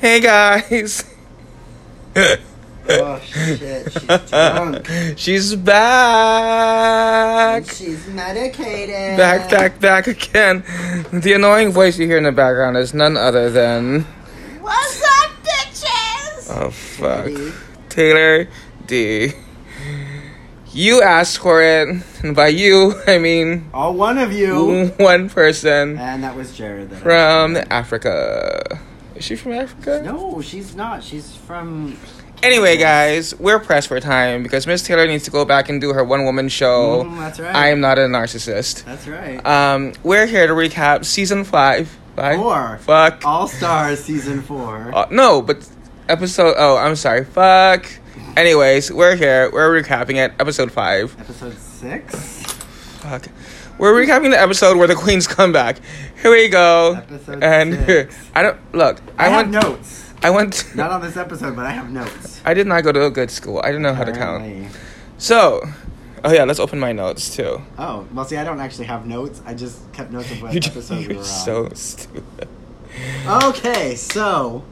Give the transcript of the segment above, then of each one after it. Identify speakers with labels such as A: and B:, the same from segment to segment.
A: Hey guys,
B: Oh shit, she's drunk.
A: she's back.
B: She's medicated.
A: Back, back, back again. The annoying voice you hear in the background is none other than.
B: What's up, bitches?
A: Oh, fuck. Taylor D. You asked for it. And by you, I mean
B: All one of you.
A: one person
B: And that was Jared. That I-
A: from Africa. Is she from Africa?
B: No, she's not. She's from.
A: Anyway, guys, we're pressed for time because Miss Taylor needs to go back and do her one woman show.
B: Mm, that's right.
A: I am not a narcissist.
B: That's right.
A: Um, we're here to recap season five. Bye.
B: Four.
A: Fuck.
B: All Stars season four.
A: Uh, no, but episode. Oh, I'm sorry. Fuck. Anyways, we're here. We're recapping it. Episode five.
B: Episode six.
A: Fuck. We're recapping the episode where the queens come back. Here we go.
B: Episode
A: and
B: six.
A: I don't look. I,
B: I, have
A: went.
B: notes.
A: I went.
B: Not on this episode, but I have notes.
A: I did not go to a good school. I didn't know how to count.
B: Apparently.
A: So, oh yeah, let's open my notes too.
B: Oh, well, see, I don't actually have notes. I just kept notes of what
A: You just,
B: episode we
A: you're
B: were
A: so
B: on.
A: stupid.
B: Okay, so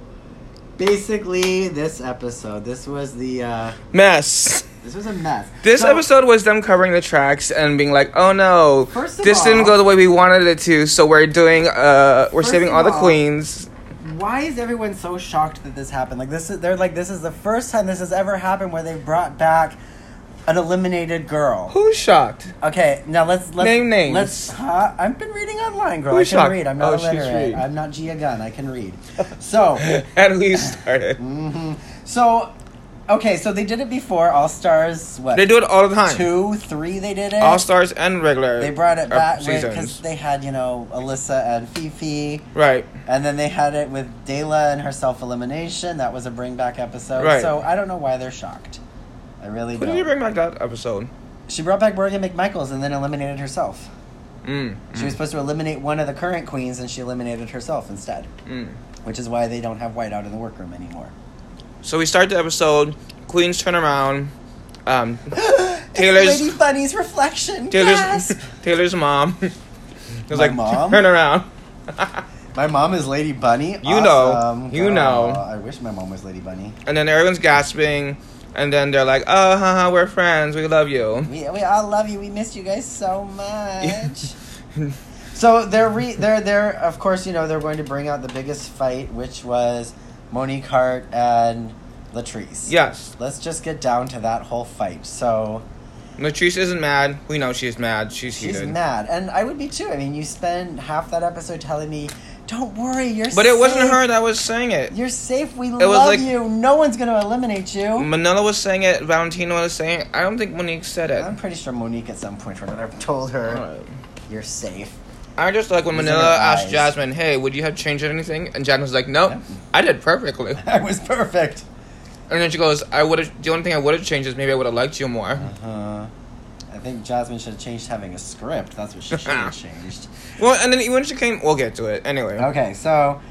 B: basically, this episode, this was the uh,
A: Mess.
B: this was a mess.
A: This
B: So-
A: episode was them covering the tracks and being like, "Oh no,
B: First of
A: this didn't
B: all-
A: go the way we wanted it to." So we're doing, uh, we're
B: First
A: saving
B: of
A: all the
B: all-
A: queens.
B: Why is everyone so shocked that this happened? Like this is they're like this is the first time this has ever happened where they brought back an eliminated girl.
A: Who's shocked?
B: Okay, now let's let's
A: Name names.
B: Let's. Huh? I've been reading online, girl.
A: Who
B: I can
A: shocked?
B: read. I'm not
A: Oh, she's
B: illiterate.
A: reading.
B: I'm not Gia Gunn. I can read. So,
A: and we started.
B: mhm. so, okay. So they did it before All Stars. What?
A: They do it all the time.
B: two, three. They did it.
A: All stars and regular.
B: They brought it
A: uh,
B: back because
A: seasons.
B: they had, you know, Alyssa and Fifi,
A: right.
B: and then they had it with Dayla and her self elimination. That was a bring back episode.
A: Right.
B: So I don't know why they're shocked. I really
A: Who
B: don't.
A: did you bring back that episode?
B: She brought back Morgan McMichaels and then eliminated herself.
A: Mm.
B: She was supposed to eliminate one of the current queens, and she eliminated herself instead,
A: Mm.
B: which is why they don't have Whiteout in the workroom anymore.
A: So we start the episode. Queens turn around. Um, Taylor's-
B: It's Lady Bunny's reflection.
A: Taylor's
B: gasp!
A: Taylor's mom. It was
B: My
A: like
B: mom?
A: turn around.
B: My mom is Lady Bunny.
A: You know.
B: Awesome.
A: You
B: Oh,
A: know.
B: I wish my mom was Lady Bunny.
A: and then everyone's gasping. And then they're like, "Oh, haha, we're friends. We love you."
B: We, we all love you. We missed you guys so much. so they're re- they're they're of course you know they're going to bring out the biggest fight, which was Monique Hart and Latrice.
A: Yes.
B: Let's just get down to that whole fight. So
A: Latrice isn't mad. We know she's mad. She's,
B: she's
A: heated.
B: mad, and I would be too. I mean, you spend half that episode telling me, "Don't worry, you're."
A: But it wasn't
B: safe.
A: her that was saying it.
B: You're safe. We
A: was
B: love
A: like-
B: you. No one's gonna eliminate you.
A: Manila was saying it. Valentino was saying it. I don't think Monique said it.
B: I'm pretty sure Monique at some point or another told her,
A: Alright.
B: "You're safe."
A: I just like when
B: These are
A: Manila
B: her
A: asked
B: eyes.
A: Jasmine, "Hey, would you have changed anything?" And Jasmine was like, "No,
B: Yep.
A: I did perfectly." And
B: That was perfect.
A: then she goes, "I would have. The only thing I would have changed is maybe I would have liked you more."
B: Uh, I think Jasmine should have changed having a script. That's what she should have changed.
A: Well, and then when she came, we'll get to it anyway.
B: Okay, so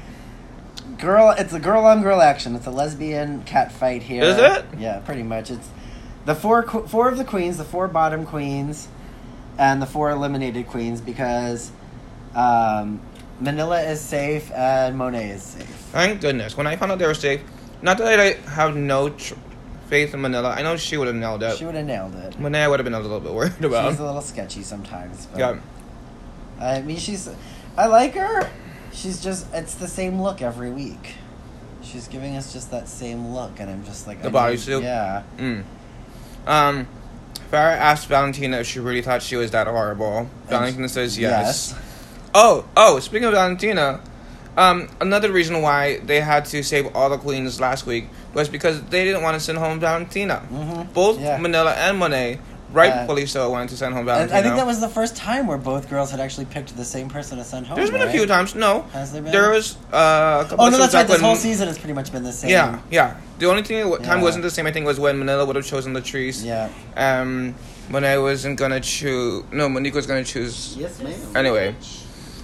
B: girl, it's a girl on girl action. It's a lesbian cat fight here.
A: Is it?
B: Yeah, pretty much. It's the four qu- four of the queens, the four bottom queens, and the four eliminated queens because um, Manila is safe and Monet is safe.
A: Thank goodness. When I found out they were safe, not that I have no tr- faith in Manila. I know she would have nailed it.
B: She would have nailed it.
A: Manila would have been a little bit worried
B: She's a
A: about.
B: little sketchy sometimes. But
A: Yeah.
B: I mean, she's. I like her. She's just. It's the same look every week. She's giving us just that same look, and I'm just like.
A: The
B: I need-
A: bodysuit?
B: Yeah.
A: Mm. Um, Farrah asked Valentina if she really thought she was that horrible. Valentina says yes. Oh, oh, speaking of Valentina, um, another reason why they had to save all the queens last week was because they didn't want to send home Valentina.
B: Mhm.
A: Both
B: Yeah.
A: Manila and Monet, rightfully so, wanted to send home
B: And
A: Valentina.
B: I think that was the first time where both girls had actually picked the same person to send home.
A: There's been a
B: right?
A: few times. No,
B: Has there been?
A: there was uh, a couple
B: Oh
A: of
B: no, that's
A: times
B: right.
A: back
B: This
A: when-
B: whole season has pretty much been the same.
A: Yeah, yeah. The only thing what time
B: Yeah.
A: wasn't the same, I think, was when Manila would have chosen the trees.
B: Yeah.
A: Um, when I wasn't gonna choose. No, Monique was gonna choose.
B: Yes, ma'am.
A: Anyway.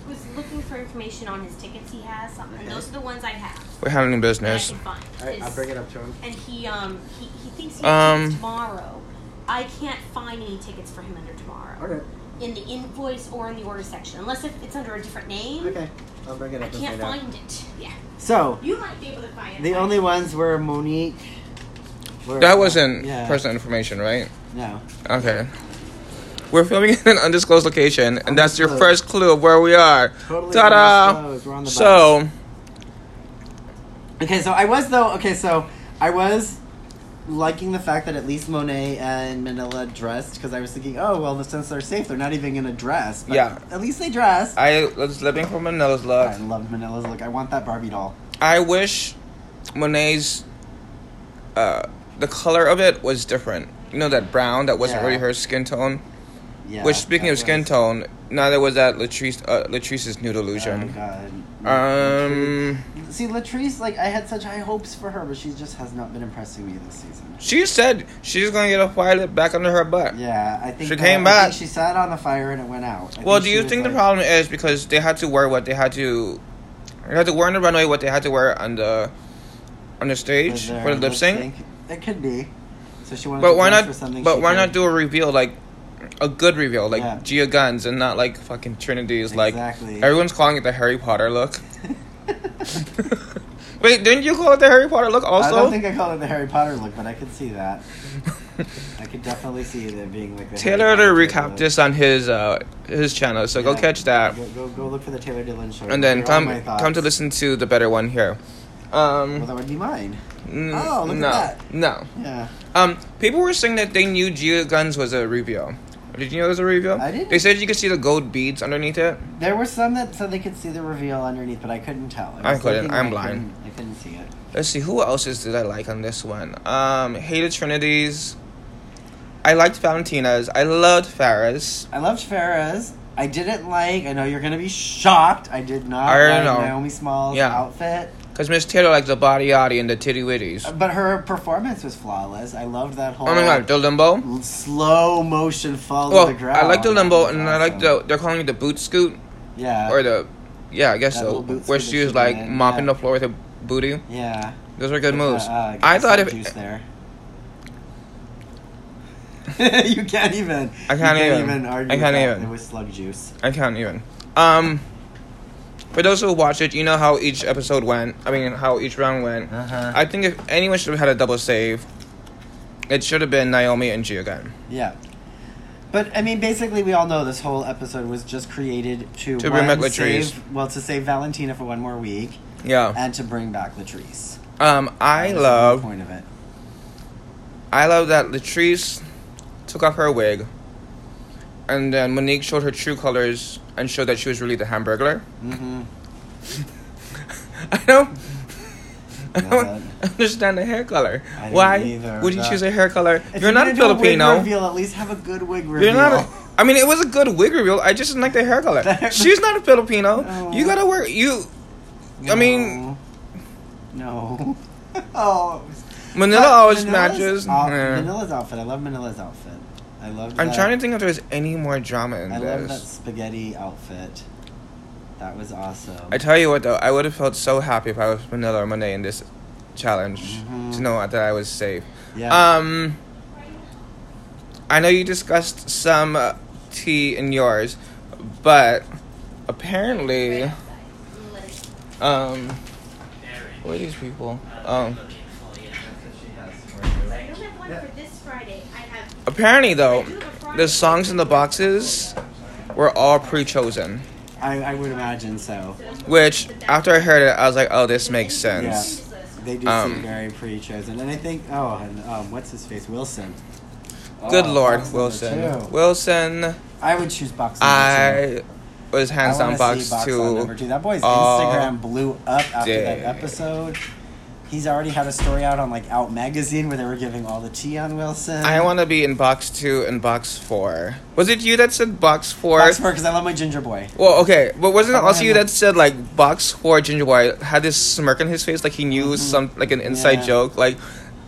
C: Was looking for information on his tickets he has, something. And those are the ones I have.
A: We're handling
C: that
A: business.
C: I can find.
B: All right, I'll
C: Is-
B: bring it up to him.
C: And he um he, he thinks he
A: Um,
C: has tickets tomorrow. I can't find any tickets for him under tomorrow.
B: Okay.
C: in the invoice or in the order section, unless if it's under a different name.
B: Okay, I'll bring it
C: I
B: up. and
C: can't
B: find out.
C: find it. Yeah,
B: So
C: you might be able to find it.
B: the
C: I-
B: only ones were Monique. were-
A: That wasn't
B: yeah,
A: personal information, right?
B: No.
A: Okay. We're filming in an undisclosed location, and that's your
B: Undisclosed.
A: first clue of where we are.
B: Totally
A: Ta-da!
B: undisclosed. We're on the
A: So,
B: Okay, so I was though. Okay, so I was liking the fact that at least Monet and Manila dressed because I was thinking, oh well, since they're safe, they're not even gonna dress. But
A: Yeah.
B: At least they dressed. I,
A: I was living from a nose
B: I
A: love.
B: love Manila's look. I want that Barbie doll.
A: I wish Monet's, uh, the color of it was different. You know, that brown that wasn't
B: Yeah.
A: really her skin tone?
B: Yeah.
A: Which, speaking
B: that
A: of skin
B: was-
A: tone, neither was that Latrice, uh, Latrice's nude illusion.
B: Oh god.
A: um,
B: See, Latrice, like I had such high hopes for her, but she just has not been impressing me this season.
A: she said she's gonna get a violet back under her butt.
B: Yeah, I think
A: She
B: that-
A: came
B: I
A: back.
B: think she sat on the fire and it went out. I
A: Well, do
B: she
A: you
B: was
A: think the
B: like-
A: problem is because they had to wear what they had to, they had to wear on the runway what they had to wear on the, on the
B: was
A: stage
B: there
A: for
B: a
A: the lip sync?
B: It could be. So she wanted.
A: But
B: to
A: why
B: dress
A: not?
B: For something
A: But
B: she
A: why
B: could.
A: not do a reveal like, a good reveal like
B: Yeah.
A: Gia Guns and not like fucking Trinity's like
B: Exactly.
A: everyone's calling it the Harry Potter look. Wait, didn't you call it the Harry Potter look also?
B: I don't think I called it the Harry Potter look, but I could see that. I could definitely see it being like. The
A: Taylor
B: Harry
A: to
B: Potter
A: recap
B: look.
A: this on his uh his channel, so go
B: Yeah.
A: catch that.
B: Go, go, go look for the Taylor Dylan show.
A: and then
B: Here are
A: come
B: my
A: come to
B: thoughts.
A: listen to the better one here.
B: Well,
A: Um,
B: that would be mine.
A: n-
B: Oh, look at
A: no,
B: that.
A: no.
B: Yeah.
A: Um, people were saying that they knew Gia Guns was a reveal. Did you know it was a reveal?
B: I didn't.
A: They said you could see the gold beads underneath it.
B: There were some that said they could see the reveal underneath, but I couldn't tell.
A: I
B: was
A: couldn't.
B: looking,
A: I'm
B: I
A: blind.
B: couldn't- I couldn't see it.
A: Let's see who else's did I like on this one. Um, hated Trinity's. I liked Valentina's. I loved Farrah's.
B: I loved Farrah's. I didn't like. I know you're gonna be shocked. I did not
A: I
B: like
A: don't know.
B: Naomi Small's
A: Yeah.
B: outfit,
A: Cause Miss Taylor liked the body yaddy and the titty witties.
B: but her performance was flawless. I loved that whole.
A: Oh my god, the limbo.
B: slow motion fall
A: Well,
B: to the ground.
A: Oh, I like the limbo,
B: That was
A: and I like
B: awesome.
A: the they're calling it the boot scoot
B: yeah
A: or the yeah, I guess
B: That
A: so.
B: little boot
A: Where
B: scoot
A: she
B: that
A: was
B: she
A: like
B: did,
A: mopping
B: yeah.
A: the floor with her booty.
B: yeah.
A: Those were good moves.
B: Uh, uh,
A: I thought
B: some
A: if
B: juice there. you can't even.
A: I
B: you
A: can't even.
B: argue
A: I
B: with
A: can't
B: that.
A: even.
B: It was slug juice.
A: I can't even. Um, for those who watch it, you know how each episode went. I mean, how each round went.
B: Uh-huh.
A: I think if anyone should have had a double save, it should have been Naomi and Gia again.
B: Yeah. But I mean, basically, we all know this whole episode was just created to,
A: To bring back
B: one,
A: Latrice.
B: save- well, to save Valentina for one more week
A: Yeah.
B: and to bring back Latrice.
A: Um, I
B: That was the whole
A: love,
B: point of it.
A: I love that Latrice took off her wig, and then Monique showed her true colors and showed that she was really the Hamburglar.
B: hmm
A: I don't. I
B: God.
A: don't understand the hair color.
B: I don't
A: Why
B: either.
A: would you
B: That-
A: choose a hair color?
B: If
A: You're not
B: gonna
A: a
B: do wig
A: Filipino.
B: reveal, at least have a good wig reveal.
A: You're not. A, I mean, it was a good wig reveal. I just didn't like the hair color. She's not a Filipino.
B: No.
A: You gotta wear you. I mean-
B: no. No. oh, it was-
A: Manila
B: But
A: always
B: Manila's
A: matches.
B: Out,
A: Yeah.
B: Manila's outfit. I love Manila's outfit. I love.
A: I'm
B: that-
A: trying to think if there's any more drama in
B: I love that
A: this.
B: spaghetti outfit. That was awesome.
A: I tell you what, though, I would have felt so happy if I was Manila or Monet in this challenge
B: Mhm.
A: to know that I was safe.
B: yeah.
A: Um, I know you discussed some uh, tea in yours, but apparently, um, who are these people? Um,
C: I don't have one for this Friday. I have.
A: apparently
C: I
A: though,
C: do have a Friday.
A: the songs in the boxes were all pre-chosen.
B: I, I would imagine so.
A: Which, after I heard it, I was like, "Oh, this makes
B: Yeah.
A: sense."
B: They do
A: Um,
B: seem very pre-chosen, and I think oh, and um, what's his face, Wilson.
A: Good
B: Oh,
A: lord,
B: box number
A: Wilson.
B: two.
A: Wilson,
B: I would choose box. Number two.
A: I was
B: I
A: hands down
B: wanna
A: box
B: see box on
A: two.
B: number two. That boy's
A: all
B: Instagram blew up after
A: day.
B: that episode. He's already had a story out on like Out Magazine where they were giving all the tea on Wilson.
A: I want to be in box two and box four. Was it you that said box four?
B: box because I love my ginger boy.
A: Well, okay, but wasn't it
B: Come
A: also
B: on.
A: you that said like box four ginger boy had this smirk on his face like he knew some like an inside
B: Mm-hmm. Yeah.
A: joke like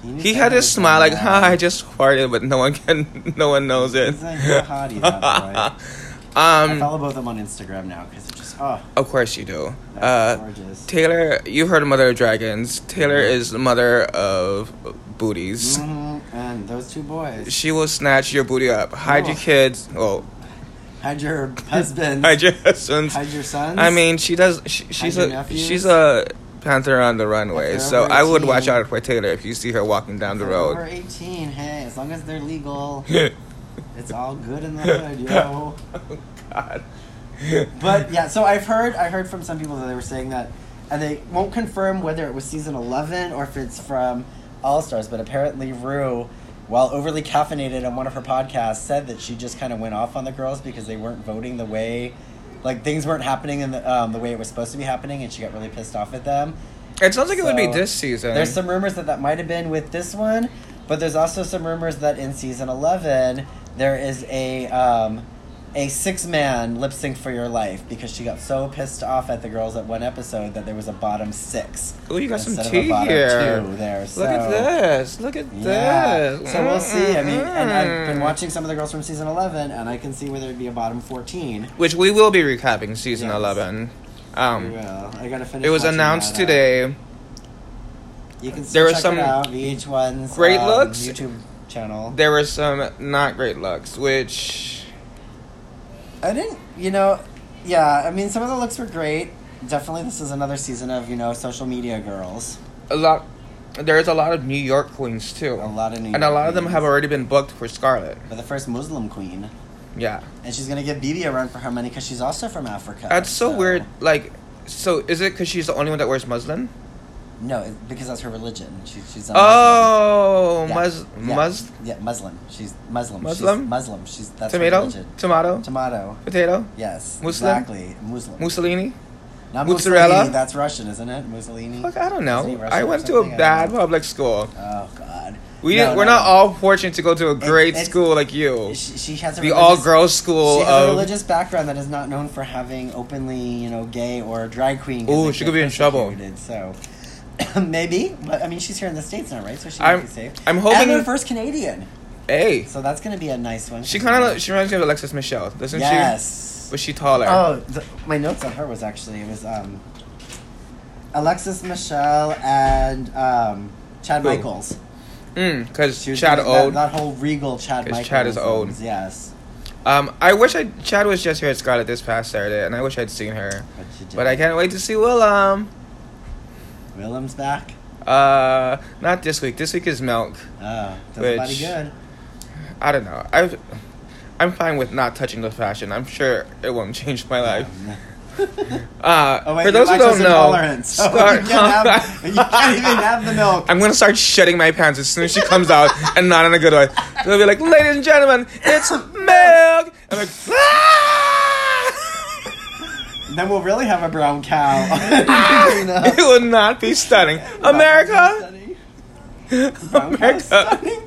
B: knew
A: he had
B: something
A: this
B: was
A: smile
B: going
A: like
B: on.
A: ha I just farted but no one can no one knows it.
B: He's a real hottie, that I
A: um,
B: follow both of them on Instagram now because it's just oh,
A: of course you do.
B: that's
A: Uh,
B: gorgeous.
A: Taylor, you've heard of Mother of Dragons. Taylor
B: Mm-hmm.
A: is the mother of booties.
B: Mhm, Mm-hmm. And those two boys.
A: She will snatch your booty up, hide your
B: Oh.
A: kids. Well,
B: Hide your husband.
A: I just since-
B: Hide your sons.
A: I mean, she does. She, she's
B: your
A: a
B: nephews?
A: she's a Panther on the runway,
B: Panther
A: so
B: over
A: I would
B: 18.
A: watch out for Taylor if you see her walking down the
B: They're Over
A: road.
B: eighteen. Hey, as long as they're legal,
A: oh
B: it's all good in the hood, yo.
A: God.
B: But yeah, so I've heard I heard from some people that they were saying that, and they won't confirm whether it was season eleven or if it's from All Stars. But apparently, Rue, while overly caffeinated on one of her podcasts, said that she just kind of went off on the girls because they weren't voting the way, like things weren't happening in the um, the way it was supposed to be happening, and she got really pissed off at them.
A: it sounds like it would be
B: So,
A: this season.
B: There's some rumors that that might have been with this one, but there's also some rumors that in season 11 there is a um, a six man lip sync for your life because she got so pissed off at the girls at one episode that there was a bottom six.
A: Ooh, you got some
B: instead of
A: tea
B: a bottom
A: here.
B: Two there. So,
A: Look at this. Look at
B: Yeah.
A: this.
B: So we'll see. I mean, and I've been
A: Mm-mm-mm.
B: watching some of the girls from season 11, and I can see where there'd be a bottom 14.
A: Which we will be recapping season
B: Yes.
A: 11.
B: We
A: Um,
B: will. I gotta finish.
A: it was
B: watching
A: announced
B: that, uh,
A: today.
B: You can
A: There
B: still
A: were
B: check
A: some
B: it out. VH1's
A: great
B: um,
A: looks.
B: YouTube channel.
A: There were some not great looks, which
B: I didn't, you know, yeah. I mean, some of the looks were great. Definitely, this is another season of you know social media girls.
A: a lot. There's a lot of New York queens too,
B: A lot of new,
A: and a lot of them
B: queens.
A: have already been booked for Scarlet.
B: But the first Muslim queen,
A: Yeah,
B: and she's gonna give Bibi a run for her money because she's also from Africa.
A: that's so, weird. Like, so is it because she's the only one that wears muslin?
B: No, it's because that's her religion. She, she's a
A: Oh,
B: Yeah.
A: mus,
B: Yeah.
A: mus,
B: Muslim. yeah, Muslim. She's Muslim.
A: Muslim?
B: She's Muslim. She's that's Her
A: tomato,
B: religion.
A: tomato,
B: Tomato.
A: potato,
B: Yes.
A: Muslim?
B: Exactly. Muslim.
A: Mussolini.
B: Not
A: mozzarella?
B: Mussolini, That's Russian, isn't it? Mussolini.
A: Fuck, I don't
B: Isn't he
A: know.
B: Russian
A: I
B: or
A: went to a
B: something? I don't
A: bad
B: know.
A: public school.
B: Oh God.
A: We
B: No,
A: didn't, we're
B: no,
A: not
B: no.
A: all fortunate to go to a great
B: it's-
A: school like you.
B: She, she has a
A: the
B: religious-
A: all girls
B: She
A: school
B: has a
A: of.
B: religious background that is not known for having openly, you know, gay or drag queen. 'cause
A: Ooh,
B: they
A: she
B: get
A: could be in trouble.
B: persecuted, So maybe, but I mean, she's here in the states now, right? So she might
A: I'm,
B: be safe.
A: I'm
B: and
A: hoping.
B: her first Canadian,
A: hey,
B: so that's gonna be a nice one.
A: she kind of she reminds me of Alexis Michelle, doesn't
B: yes.
A: she? Was she taller?
B: Oh, the, my notes on her was actually it was um, Alexis Michelle and um, Chad
A: Who?
B: Michaels.
A: because
B: She was
A: Hmm, Chad
B: doing that-
A: old.
B: that, whole regal Chad
A: 'Cause
B: Michaels.
A: Chad is old.
B: ones, Yes,
A: Um, I wish I Chad was just here at Scarlet this past Saturday, and I wish I'd seen her.
B: but, she
A: But I
B: didn't.
A: can't wait to see Willem.
B: Willem's back.
A: Uh, not this week. This week is Milk.
B: Oh,
A: Which-
B: does body good.
A: I don't know. I, I'm fine with not touching the fashion. I'm sure it won't change my life. Uh,
B: Oh, wait,
A: for those who don't know,
B: intolerant, so
A: Scar-
B: Oh, you, can't have, you can't even have the milk.
A: I'm gonna start shedding my pants as soon as she comes out, and not in a good way. They'll be like, "Ladies and gentlemen, it's milk." I'm like, "Ah!"
B: Then we'll really have a brown cow. You know?
A: it will not be stunning, America.
B: Brown cow
A: America,
B: stunning.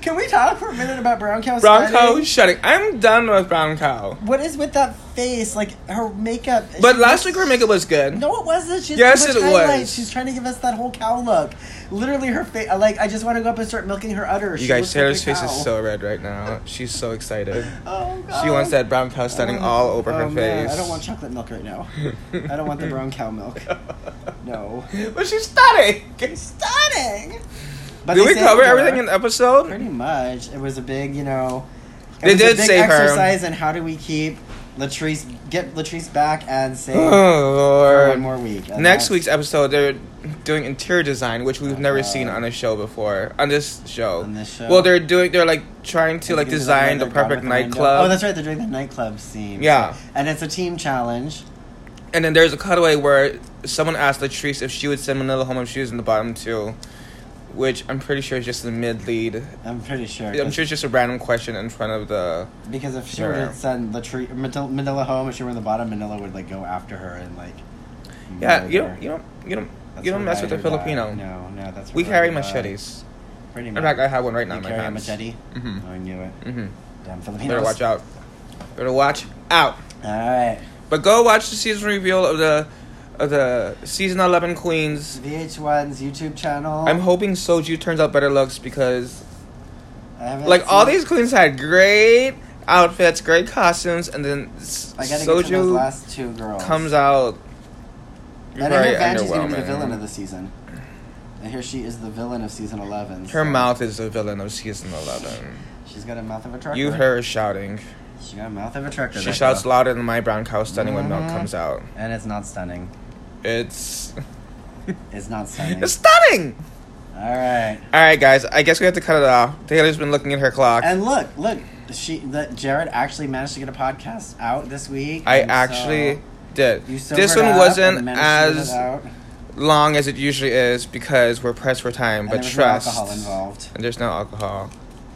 B: Can we talk for a minute about brown cow?
A: brown cow
B: stunning?
A: shedding. I'm done with brown cow.
B: What is with that face? Like her makeup.
A: But
B: she
A: last
B: looks-
A: week her makeup was good.
B: No, it wasn't. She has
A: Yes,
B: too
A: it
B: much highlight.
A: was.
B: She's trying to give us that whole cow look. Literally, her face. Like, I just want to go up and start milking her udders.
A: You
B: She
A: guys,
B: looks like
A: Taylor's
B: a
A: face
B: cow.
A: is so red right now. She's so excited.
B: Oh,
A: She wants
B: God.
A: that brown cow
B: I
A: stunning
B: want-
A: all over
B: oh,
A: her
B: man,
A: face.
B: I don't want chocolate milk right now. I don't want the brown cow milk. No.
A: But she's stunning.
B: Stunning. But
A: Did
B: they
A: we
B: saved
A: cover
B: her.
A: everything in the episode?
B: Pretty much. It was a big, you know. It
A: They
B: was a
A: did
B: big
A: save her.
B: exercise in how do we keep Latrice get Latrice back and save
A: oh
B: her one
A: lord.
B: more week. And
A: Next
B: that's-
A: week's episode, they're doing interior design, which we've never
B: Uh,
A: seen on a show before. On this show.
B: On this show.
A: Well, they're doing. They're like trying to
B: It's
A: like
B: gonna be
A: design the
B: another God
A: perfect
B: with a window.
A: nightclub.
B: Oh, that's right. They're doing the nightclub scene.
A: Yeah.
B: And it's a team challenge.
A: And then there's a cutaway where someone asked Latrice if she would send Manila home if she was in the bottom two, which I'm pretty sure is just the mid lead.
B: I'm pretty sure.
A: I'm sure it's just a random question in front of the.
B: Because if she were
A: Yeah.
B: to send Latrice Manila, Manila home, if she were in the bottom, Manila would like go after her and like.
A: Yeah, you
B: murder.
A: don't, you don't, you don't,
B: That's
A: you don't
B: her
A: mess with
B: ride
A: the
B: or die.
A: Filipino.
B: No, no, that's her
A: We
B: ride
A: carry
B: or die.
A: machetes.
B: Pretty much.
A: In fact, I have one right now.
B: uh,
A: in
B: you
A: my
B: carry a
A: pants.
B: machete.
A: Mhm.
B: Oh, I knew it.
A: Mhm.
B: Damn Filipinos.
A: Better watch out. Better watch out.
B: All right.
A: But go watch the season reveal of the of the season eleven queens.
B: VH1's YouTube channel.
A: I'm hoping Soju turns out better looks because
B: I haven't
A: like all
B: seen-
A: these queens had great outfits, great costumes, and then S-
B: I gotta get to those
A: Soju
B: last two girls.
A: comes out
B: And I
A: very
B: hear Banshee's gonna be the villain of
A: underwhelming.
B: the season. I hear she is the villain of season eleven.
A: Her
B: so-
A: mouth is the villain of season eleven.
B: She's got a mouth of a trucker.
A: You heard her shouting.
B: She got a mouth of a trucker.
A: She
B: that
A: shouts
B: girl.
A: louder than my brown cow stunning when milk
B: Mhm.
A: comes out.
B: and it's not stunning.
A: It's
B: It's not stunning.
A: it's stunning.
B: All right.
A: All right, guys. I guess we have to cut it off. Taylor's been looking at her clock.
B: And look, look, she that Jared actually managed to get a podcast out this week.
A: I
B: and so
A: actually did.
B: you sobered
A: This one
B: up
A: wasn't
B: and managed to get
A: as
B: it out,
A: long as it usually is because we're pressed for time.
B: and
A: but
B: there was no
A: trust. uh,
B: alcohol involved.
A: And there's no alcohol.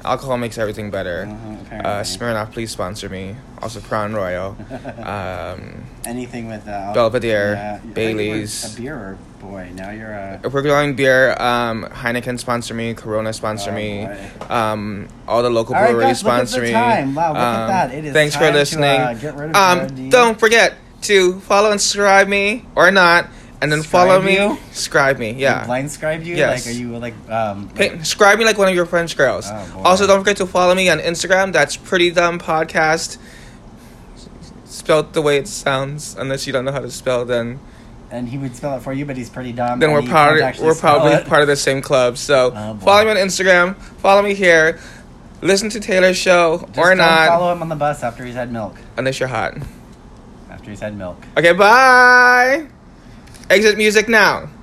A: Alcohol makes everything better.
B: Mhm, apparently.
A: Uh, Smirnoff, please sponsor me. Also, Crown Royal. Um,
B: Anything with uh,
A: Belvedere,
B: yeah. I thought you were
A: Baileys.
B: A beer boy. Now you're a.
A: if we're going beer, um, Heineken sponsor me, Corona sponsor
B: Oh,
A: me,
B: boy.
A: um, all the local
B: All right,
A: breweries
B: guys, look at
A: sponsor
B: the
A: me.
B: time. Wow, look at
A: Um,
B: that. It is
A: Thanks
B: time
A: for
B: to,
A: listening.
B: uh, get rid of
A: um,
B: Brody.
A: don't forget to follow and subscribe me or not, and then
B: Scribe
A: follow me,
B: you?
A: scribe me. Yeah,
B: Blind scribe you?
A: Yes.
B: Like, are you like um?
A: Hey, Describe me like one of your French girls.
B: Oh, boy.
A: also, don't forget to follow me on Instagram. That's Pretty Dumb Podcast. Spelled the way it sounds, unless you don't know how to spell, then
B: and he would spell it for you, but he's pretty dumb.
A: then
B: Um, and
A: we're
B: he
A: part
B: can't actually
A: we're
B: spell
A: probably
B: it.
A: part of the same club. So
B: Oh, boy.
A: follow me on Instagram. Follow me here. Listen to Taylor's show
B: Just
A: or
B: don't
A: not,
B: Follow him on the bus after he's had milk.
A: unless you're hot.
B: After he's had milk.
A: Okay, bye. Exit music now.